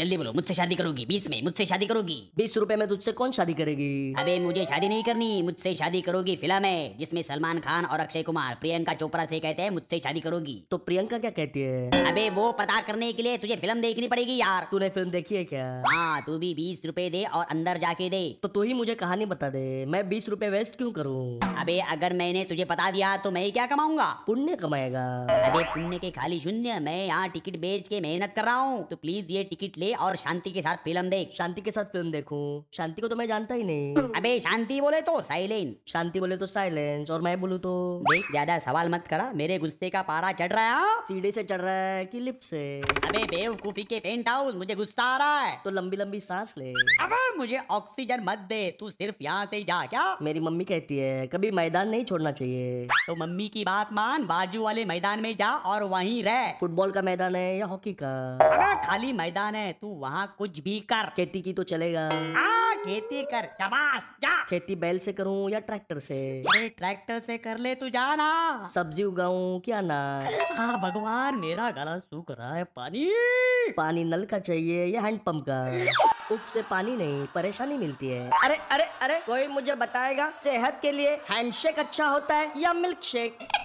जल्दी बोलो मुझसे शादी करोगी बीस में मुझसे शादी करोगी बीस रुपए में तुझसे कौन शादी करेगी अबे मुझे शादी नहीं करनी मुझसे शादी करोगी फिल्म है जिसमें सलमान खान और अक्षय कुमार प्रियंका चोपड़ा से कहते हैं मुझसे शादी करोगी तो प्रियंका क्या कहती है अबे वो पता करने के लिए तुझे फिल्म देखनी पड़ेगी यार तूने फिल्म देखी है क्या हाँ तू भी बीस रुपए दे और अंदर जाके दे तो तू ही मुझे कहानी बता दे मैं बीस रुपए वेस्ट क्यों करूँ अबे अगर मैंने तुझे बता दिया तो मैं क्या कमाऊंगा पुण्य कमाएगा अबे पुण्य के खाली शून्य मैं यहाँ टिकट बेच के मेहनत कर रहा हूँ तो प्लीज ये टिकट ले और शांति के साथ फिल्म देख शांति के साथ फिल्म देखूं शांति को तो मैं जानता ही नहीं अबे शांति बोले तो साइलेंस शांति बोले तो साइलेंस और मैं बोलूँ तो देख ज्यादा सवाल मत करा मेरे गुस्से का पारा चढ़ रहा है हाँ? सीढ़ी से चढ़ रहा है कि लिफ्ट से अबे बेवकूफी के पेंट हाउस मुझे गुस्सा आ रहा है तो लंबी लंबी सांस ले अबे मुझे ऑक्सीजन मत दे तू सिर्फ यहाँ से जा क्या मेरी मम्मी कहती है कभी मैदान नहीं छोड़ना चाहिए तो मम्मी की बात मान बाजू वाले मैदान में जा और वहीं रह फुटबॉल का मैदान है या हॉकी का अबे खाली मैदान है तू वहाँ कुछ भी कर खेती की तो चलेगा आ खेती कर शाबाश जा खेती बैल से करूं या ट्रैक्टर से अरे ट्रैक्टर से कर ले तू जा ना सब्जी उगाऊं क्या अनाज हाँ भगवान मेरा गला सूख रहा है पानी पानी नल का चाहिए या हैंडपंप का उप से पानी नहीं परेशानी मिलती है अरे अरे अरे कोई मुझे बताएगा सेहत के लिए हैंडशेक अच्छा होता है या मिल्क शेक